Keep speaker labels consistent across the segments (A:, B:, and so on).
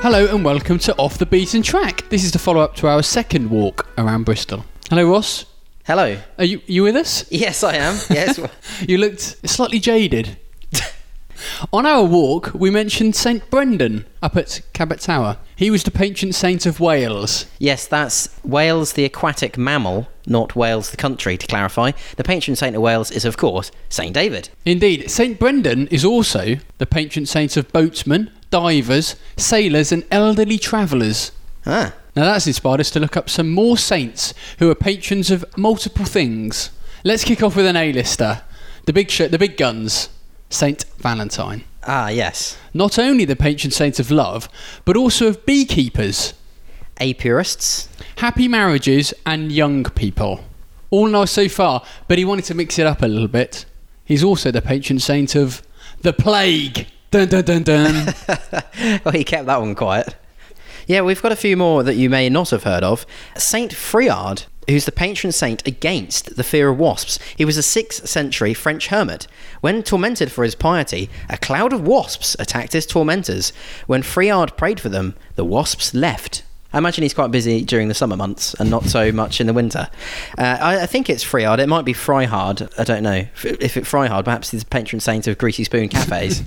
A: Hello and welcome to Off the Beaten Track. This is the follow up to our second walk around Bristol. Hello, Ross.
B: Hello.
A: Are you, you with us?
B: Yes, I am. Yes.
A: You looked slightly jaded. On our walk, we mentioned St Brendan up at Cabot Tower. He was the patron saint of Wales.
B: yes, that's Wales, the aquatic mammal, not Wales, the country, to clarify. The patron saint of Wales is, of course, St. David.
A: Indeed, St Brendan is also the patron saint of boatsmen, divers, sailors, and elderly travellers.
B: Ah.
A: Now that's inspired us to look up some more saints who are patrons of multiple things. Let's kick off with an A-lister, the big sh- the big guns, Saint Valentine.
B: Ah, yes.
A: Not only the patron saint of love, but also of beekeepers,
B: Apurists.
A: happy marriages, and young people. All nice so far, but he wanted to mix it up a little bit. He's also the patron saint of the plague. Dun dun dun dun.
B: well, he kept that one quiet. Yeah, we've got a few more that you may not have heard of. Saint Friard, who's the patron saint against the fear of wasps. He was a 6th century French hermit. When tormented for his piety, a cloud of wasps attacked his tormentors. When Friard prayed for them, the wasps left. I imagine he's quite busy during the summer months and not so much in the winter. Uh, I, I think it's Friard. It might be Fryhard. I don't know. If, if it's Fryhard, perhaps he's the patron saint of greasy spoon cafes.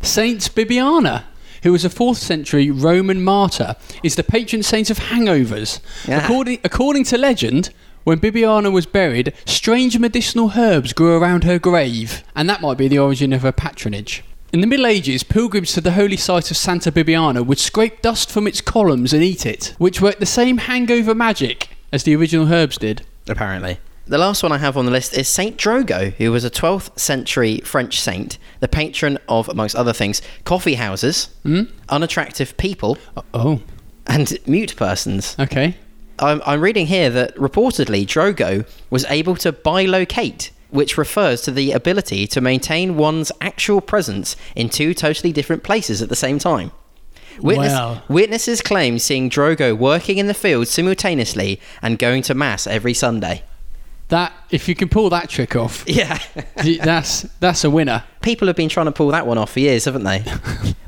A: Saint Bibiana, who was a 4th century Roman martyr, is the patron saint of hangovers.
B: Yeah.
A: According, according to legend, when Bibiana was buried, strange medicinal herbs grew around her grave, and that might be the origin of her patronage. In the Middle Ages, pilgrims to the holy site of Santa Bibiana would scrape dust from its columns and eat it, which worked the same hangover magic as the original herbs did.
B: apparently. The last one I have on the list is Saint Drogo, who was a 12th century French saint, the patron of, amongst other things, coffee houses, unattractive people,
A: Oh,
B: and mute persons.
A: okay.
B: I'm, I'm reading here that reportedly Drogo was able to bilocate, which refers to the ability to maintain one's actual presence in two totally different places at the same time. Witness,
A: Wow.
B: Witnesses claim seeing Drogo working in the field simultaneously and going to mass every Sunday.
A: That if you can pull that trick off,
B: Yeah.
A: that's that's a winner.
B: People have been trying to pull that one off for years, haven't they?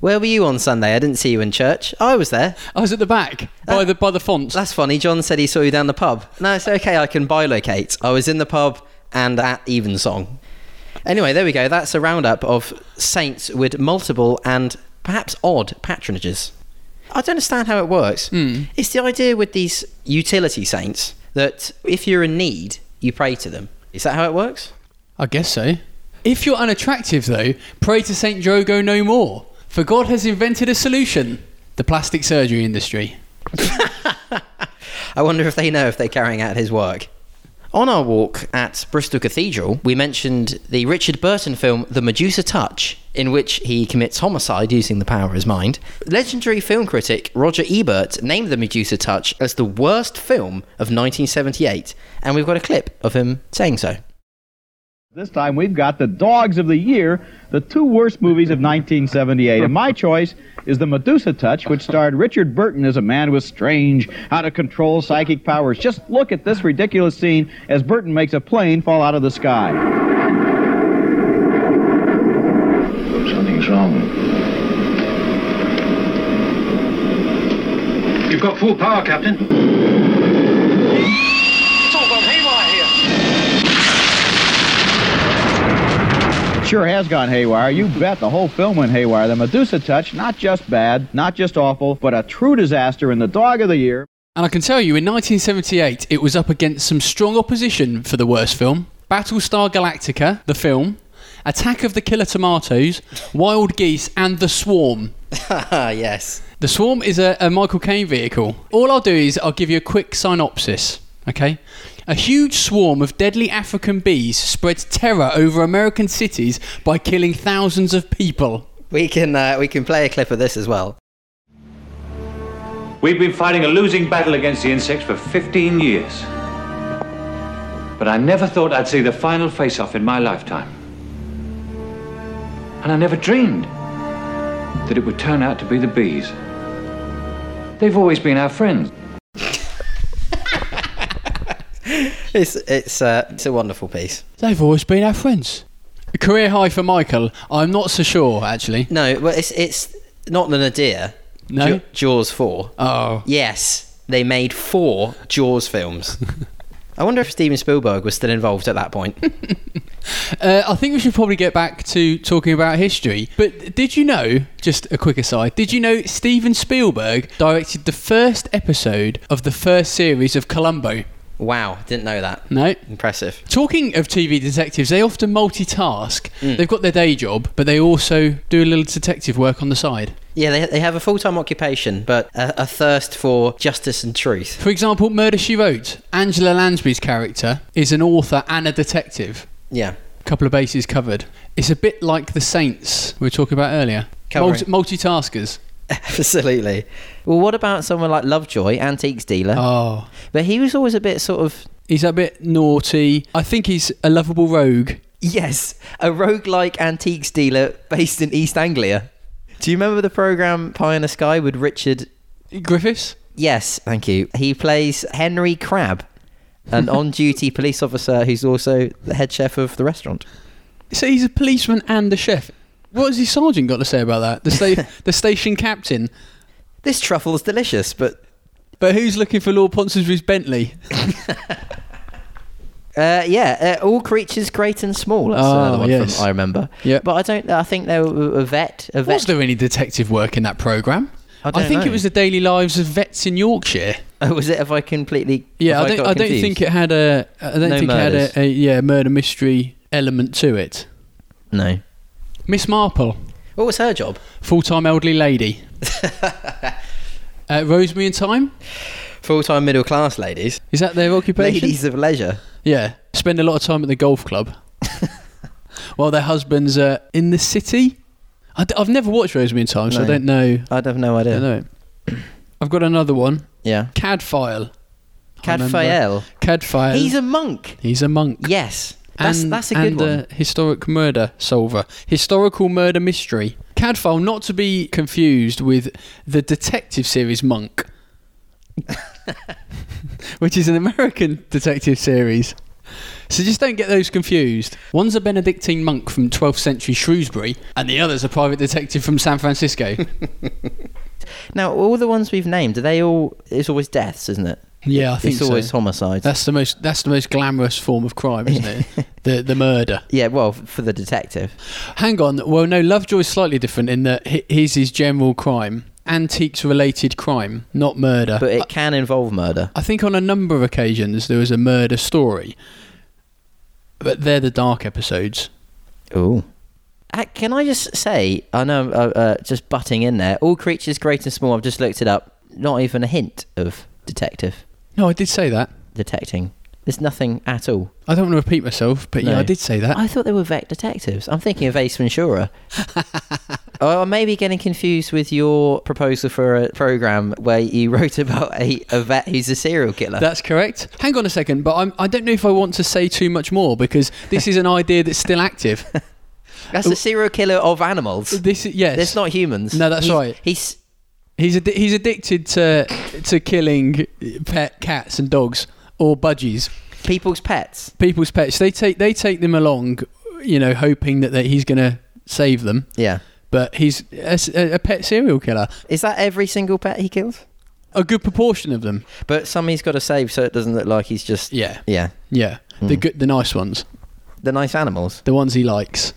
B: Where were you on Sunday? I didn't see you in church. Oh, I was there.
A: I was at Oh, the back by the by the font.
B: That's funny. John said he saw you down the pub. No, it's okay. I can bilocate. I was in the pub and at Evensong. Anyway, there we go. That's a roundup of saints with multiple and perhaps odd patronages. I don't understand how it works. It's the idea with these utility saints that if you're in need, you pray to them. Is that how it works?
A: I guess so. If you're unattractive, though, pray to Saint Drogo no more, for God has invented a solution: the plastic surgery industry.
B: I wonder if they know if they're carrying out his work. On our walk at Bristol Cathedral, we mentioned the Richard Burton film The Medusa Touch, in which he commits homicide using the power of his mind. Legendary film critic Roger Ebert named The Medusa Touch as the worst film of 1978, and we've got a clip of him saying so.
C: This time we've got the dogs of the year, the two worst movies of 1978. And my choice is The Medusa Touch, which starred Richard Burton as a man with strange, out of control psychic powers. Just look at this ridiculous scene as Burton makes a plane fall out of the sky.
D: Something's wrong. You've got full power, Captain. It's all gone haywire here.
C: Sure has gone haywire. You bet the whole film went haywire. The Medusa Touch, not just bad, not just awful, but a true disaster and the dog of the year.
A: And I can tell you, in 1978, it was up against some strong opposition for the worst film: Battlestar Galactica, the film, Attack of the Killer Tomatoes, Wild Geese, and The Swarm.
B: Ah, yes.
A: The Swarm is a, a Michael Caine vehicle. All I'll do is I'll give you a quick synopsis, okay? A huge swarm of deadly African bees spreads terror over American cities by killing thousands of people.
B: We can, uh, we can play a clip of this as well.
E: We've been fighting a losing battle against the insects for 15 years. But I never thought I'd see the final face off in my lifetime. And I never dreamed that it would turn out to be the bees. They've always been our friends.
B: It's it's uh, it's a wonderful piece.
A: They've always been our friends. A career high for Michael. I'm not so sure, actually.
B: No, well, it's it's not the Nadir.
A: No?
B: Jaws four.
A: Oh.
B: Yes, they made four Jaws films. I wonder if Steven Spielberg was still involved at that point.
A: Uh, I think we should probably get back to talking about history. But did you know, just a quick aside, did you know Steven Spielberg directed the first episode of the first series of Columbo?
B: wow, didn't know that.
A: No?
B: Impressive.
A: Talking of TV detectives, they often multitask. They've got their day job, but they also do a little detective work on the side.
B: Yeah, they, they have a full time occupation, but a, a thirst for justice and truth.
A: For example, Murder She Wrote. Angela Lansbury's character is an author and a detective.
B: Yeah.
A: couple of bases covered. It's a bit like the Saints we were talking about earlier.
B: Covering.
A: Multi- multitaskers.
B: Absolutely. Well, what about someone like Lovejoy, antiques dealer?
A: Oh,
B: But he was always a bit sort of
A: he's a bit naughty. I think he's a lovable rogue.
B: yes, a roguelike antiques dealer based in East Anglia. Do you remember the program Pie in the Sky with Richard?
A: Griffiths.
B: Yes, thank you. He plays Henry Crab, an on-duty police officer who's also the head chef of the restaurant.
A: So he's a policeman and a chef. What has his sergeant got to say about that? The, sta- the station captain.
B: This truffle's delicious, but
A: But who's looking for Lord Ponsonby's Bentley?
B: Uh, yeah, uh, all creatures great and small. That's
A: Oh,
B: another one
A: yes.
B: from I remember.
A: Yeah.
B: but I don't. I think they were a vet. A vet.
A: Was there any detective work in that programme?
B: I don't
A: think
B: know.
A: it was the daily lives of vets in Yorkshire.
B: Oh, was it? Have I completely?
A: Yeah,
B: have
A: I don't,
B: got
A: I don't
B: confused?
A: think it had a. I don't
B: No
A: think
B: murders.
A: it had a, a yeah murder mystery element to it.
B: No.
A: Miss Marple.
B: What was her job?
A: Full time elderly lady. uh, Rosemary and Time?
B: Full-time middle class ladies,
A: Is that their occupation?
B: ladies of leisure.
A: Yeah. Spend a lot of time at the golf club while their husbands are in the city. I d- I've never watched Rosemary and Time, so I
B: No.
A: don't know.
B: I have no
A: I
B: idea.
A: don't know it. I've got another one.
B: Yeah,
A: Cadfile.
B: Cadfael.
A: Cadfile.
B: He's a monk.
A: He's a monk.
B: Yes, that's
A: and,
B: that's a good
A: and uh,
B: one.
A: a historic murder solver. Historical murder mystery. Cadfile, not to be confused with the detective series Monk, which is an American detective series. So just don't get those confused. One's a Benedictine monk from 12th century Shrewsbury, and the other's a private detective from San Francisco.
B: now, all the ones we've named, are they all? It's always deaths, isn't it?
A: yeah, I think
B: it's always
A: so.
B: homicides.
A: That's the most. That's the most glamorous form of crime, isn't it? the the murder.
B: yeah, well, f- for the detective.
A: Hang on. Well, no, Lovejoy's slightly different in that hi- his is general crime, antiques related crime, not murder.
B: But it can involve murder.
A: I think on a number of occasions there was a murder story, but they're the dark episodes.
B: Ooh. Can I just say, I know, uh, uh, just butting in there, all creatures great and small, I've just looked it up, not even a hint of detective,
A: No, I did say that.
B: detecting. There's nothing at all.
A: I don't want to repeat myself, but yeah,
B: No.
A: I did say that.
B: I thought they were Vec detectives. I'm thinking of Ace Ventura. or I may be getting confused with your proposal for a program where you wrote about a, a vet who's a serial killer.
A: That's correct. Hang on a second, but I'm, I don't know if I want to say too much more because this is an idea that's still active.
B: That's a serial killer of animals.
A: This is yes.
B: That's not humans.
A: No, that's
B: He's-
A: right.
B: He's
A: He's addi- he's addicted to to killing pet cats and dogs or budgies.
B: people's pets.
A: people's pets. They take they take them along, you know, hoping that they, he's going to save them.
B: Yeah.
A: But he's a, a pet serial killer.
B: Is that every single pet he kills?
A: A good proportion of them.
B: But some he's got to save so it doesn't look like he's just.
A: Yeah, Hmm.
B: Yeah.
A: yeah. The good, the nice ones,
B: The nice animals.
A: the ones he likes.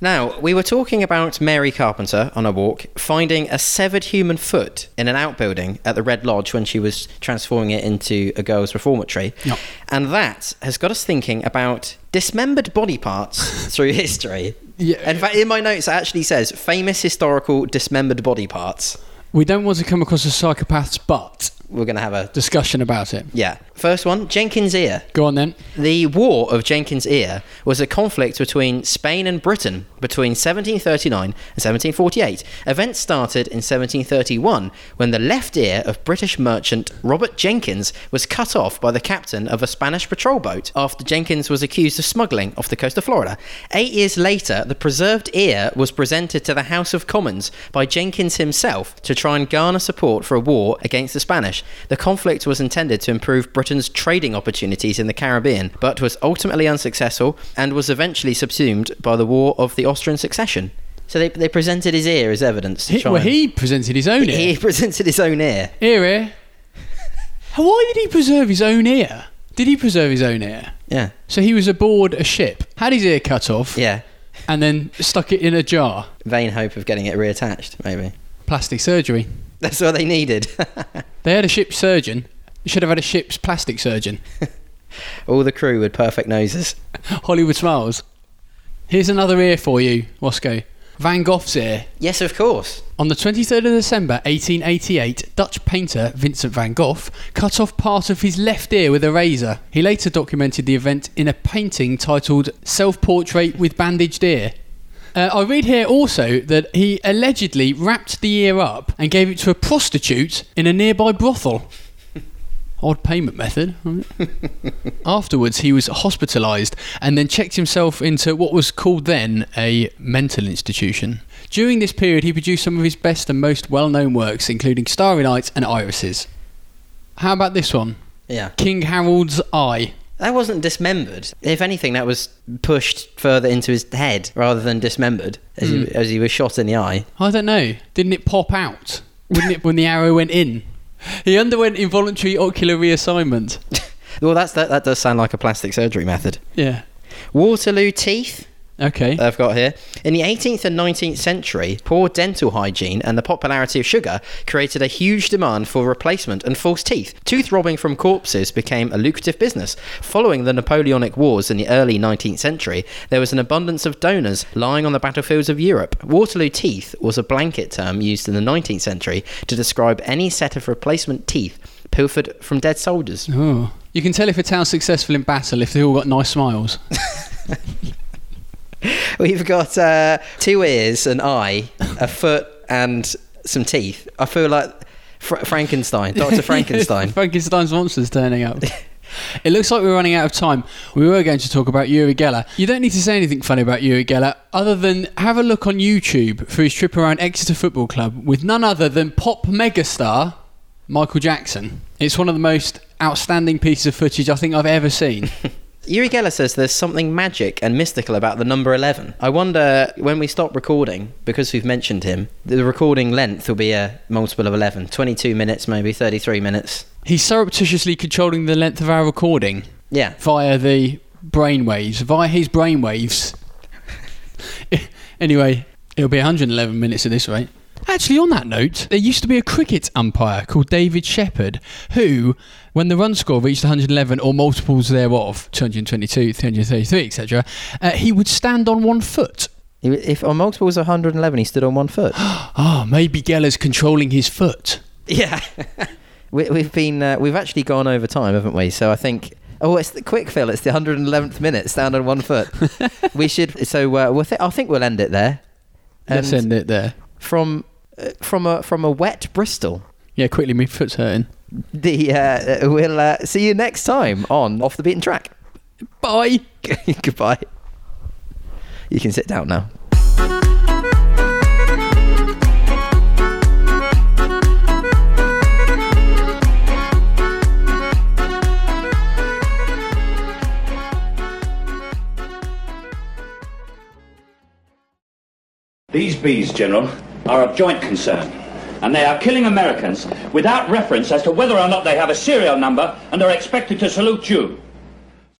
B: now, we were talking about Mary Carpenter on a walk finding a severed human foot in an outbuilding at the Red Lodge when she was transforming it into a girl's reformatory.
A: Yep.
B: And that has got us thinking about dismembered body parts through history.
A: Yeah.
B: In fact, in my notes, it actually says famous historical dismembered body parts.
A: We don't want to come across as psychopaths, but
B: we're going to have a
A: Discussion about it.
B: yeah. First one, Jenkins' ear.
A: Go on then.
B: The War of Jenkins' Ear was a conflict between Spain and Britain between 1739 and 1748. Events started in 1731 when the left ear of British merchant Robert Jenkins was cut off by the captain of a Spanish patrol boat after Jenkins was accused of smuggling off the coast of Florida. Eight years later, the preserved ear was presented to the House of Commons by Jenkins himself to try and garner support for a war against the Spanish. The conflict was intended to improve Britain's trading opportunities in the Caribbean, but was ultimately unsuccessful and was eventually subsumed by the War of the Austrian Succession. So they, they presented his ear as evidence to
A: He,
B: try
A: well,
B: and-
A: he presented his own
B: he
A: ear.
B: presented his own ear.
A: Ear, ear. Why did he preserve his own ear? Did he preserve his own ear?
B: Yeah.
A: So he was aboard a ship, had his ear cut off,
B: Yeah.
A: and then stuck it in a jar.
B: Vain hope of getting it reattached, maybe.
A: Plastic surgery.
B: That's what they needed.
A: They had a ship surgeon. They should have had a ship's plastic surgeon.
B: All the crew with perfect noses.
A: Hollywood smiles. Here's another ear for you, Wasco. Van Gogh's ear.
B: Yes, of course.
A: On the 23rd of December 1888, Dutch painter Vincent van Gogh cut off part of his left ear with a razor. He later documented the event in a painting titled Self Portrait with Bandaged Ear. Uh, I read here also that he allegedly wrapped the ear up and gave it to a prostitute in a nearby brothel. Odd payment method. right? Afterwards, he was hospitalised and then checked himself into what was called then a mental institution. During this period, he produced some of his best and most well known works, including Starry Nights and Irises. How about this one?
B: Yeah.
A: King Harold's Eye.
B: That wasn't dismembered. If anything, that was pushed further into his head rather than dismembered as, he, as he was shot in the eye.
A: I don't know. Didn't it pop out? Wouldn't it when the arrow went in? He underwent involuntary ocular reassignment.
B: Well, that's, that, that does sound like a plastic surgery method.
A: Yeah.
B: Waterloo teeth.
A: Okay.
B: that I've got here. In the 18th and 19th century, poor dental hygiene and the popularity of sugar created a huge demand for replacement and false teeth. Tooth robbing from corpses became a lucrative business. Following the Napoleonic Wars in the early 19th century, there was an abundance of donors lying on the battlefields of Europe. Waterloo teeth was a blanket term used in the 19th century to describe any set of replacement teeth pilfered from dead soldiers.
A: Oh. You can tell if a town's successful in battle if they all got nice smiles.
B: We've got uh, two ears, an eye, a foot, and some teeth. I feel like Fra- Frankenstein, Doctor Frankenstein.
A: Frankenstein's monster's turning up. it looks like we're running out of time. We were going to talk about Yuri Geller. You don't need to say anything funny about Yuri Geller other than have a look on YouTube for his trip around Exeter Football Club with none other than pop megastar Michael Jackson. It's one of the most outstanding pieces of footage I think I've ever seen.
B: Yuri Geller says there's something magic and mystical about the number 11. I wonder when we stop recording, because we've mentioned him, the recording length will be a multiple of 11, 22 minutes, maybe 33 minutes.
A: He's surreptitiously controlling the length of our recording
B: Yeah.
A: via the brainwaves, via his brainwaves. anyway, it'll be 111 minutes at this rate. Actually, on that note, there used to be a cricket umpire called David Shepherd who, when the run score reached 111 or multiples thereof, 222, 333, etc., uh, he would stand on one foot.
B: If on multiples of 111, he stood on one foot.
A: Ah, maybe Geller's controlling his foot.
B: yeah. we, we've been, uh, we've actually gone over time, haven't we? So I think. Oh, it's the quick fill. It's the 111th minute. Stand on one foot. we should. So uh, we'll th- I think we'll end it there.
A: Let's end
B: And
A: it there.
B: From uh, from a from a wet Bristol.
A: Yeah, quickly, my foot's hurting.
B: The uh, uh, we'll uh, see you next time on off the beaten track.
A: Bye.
B: Goodbye. You can sit down now.
F: These bees, General, are of joint concern, and they are killing Americans without reference as to whether or not they have a serial number and are expected to salute you.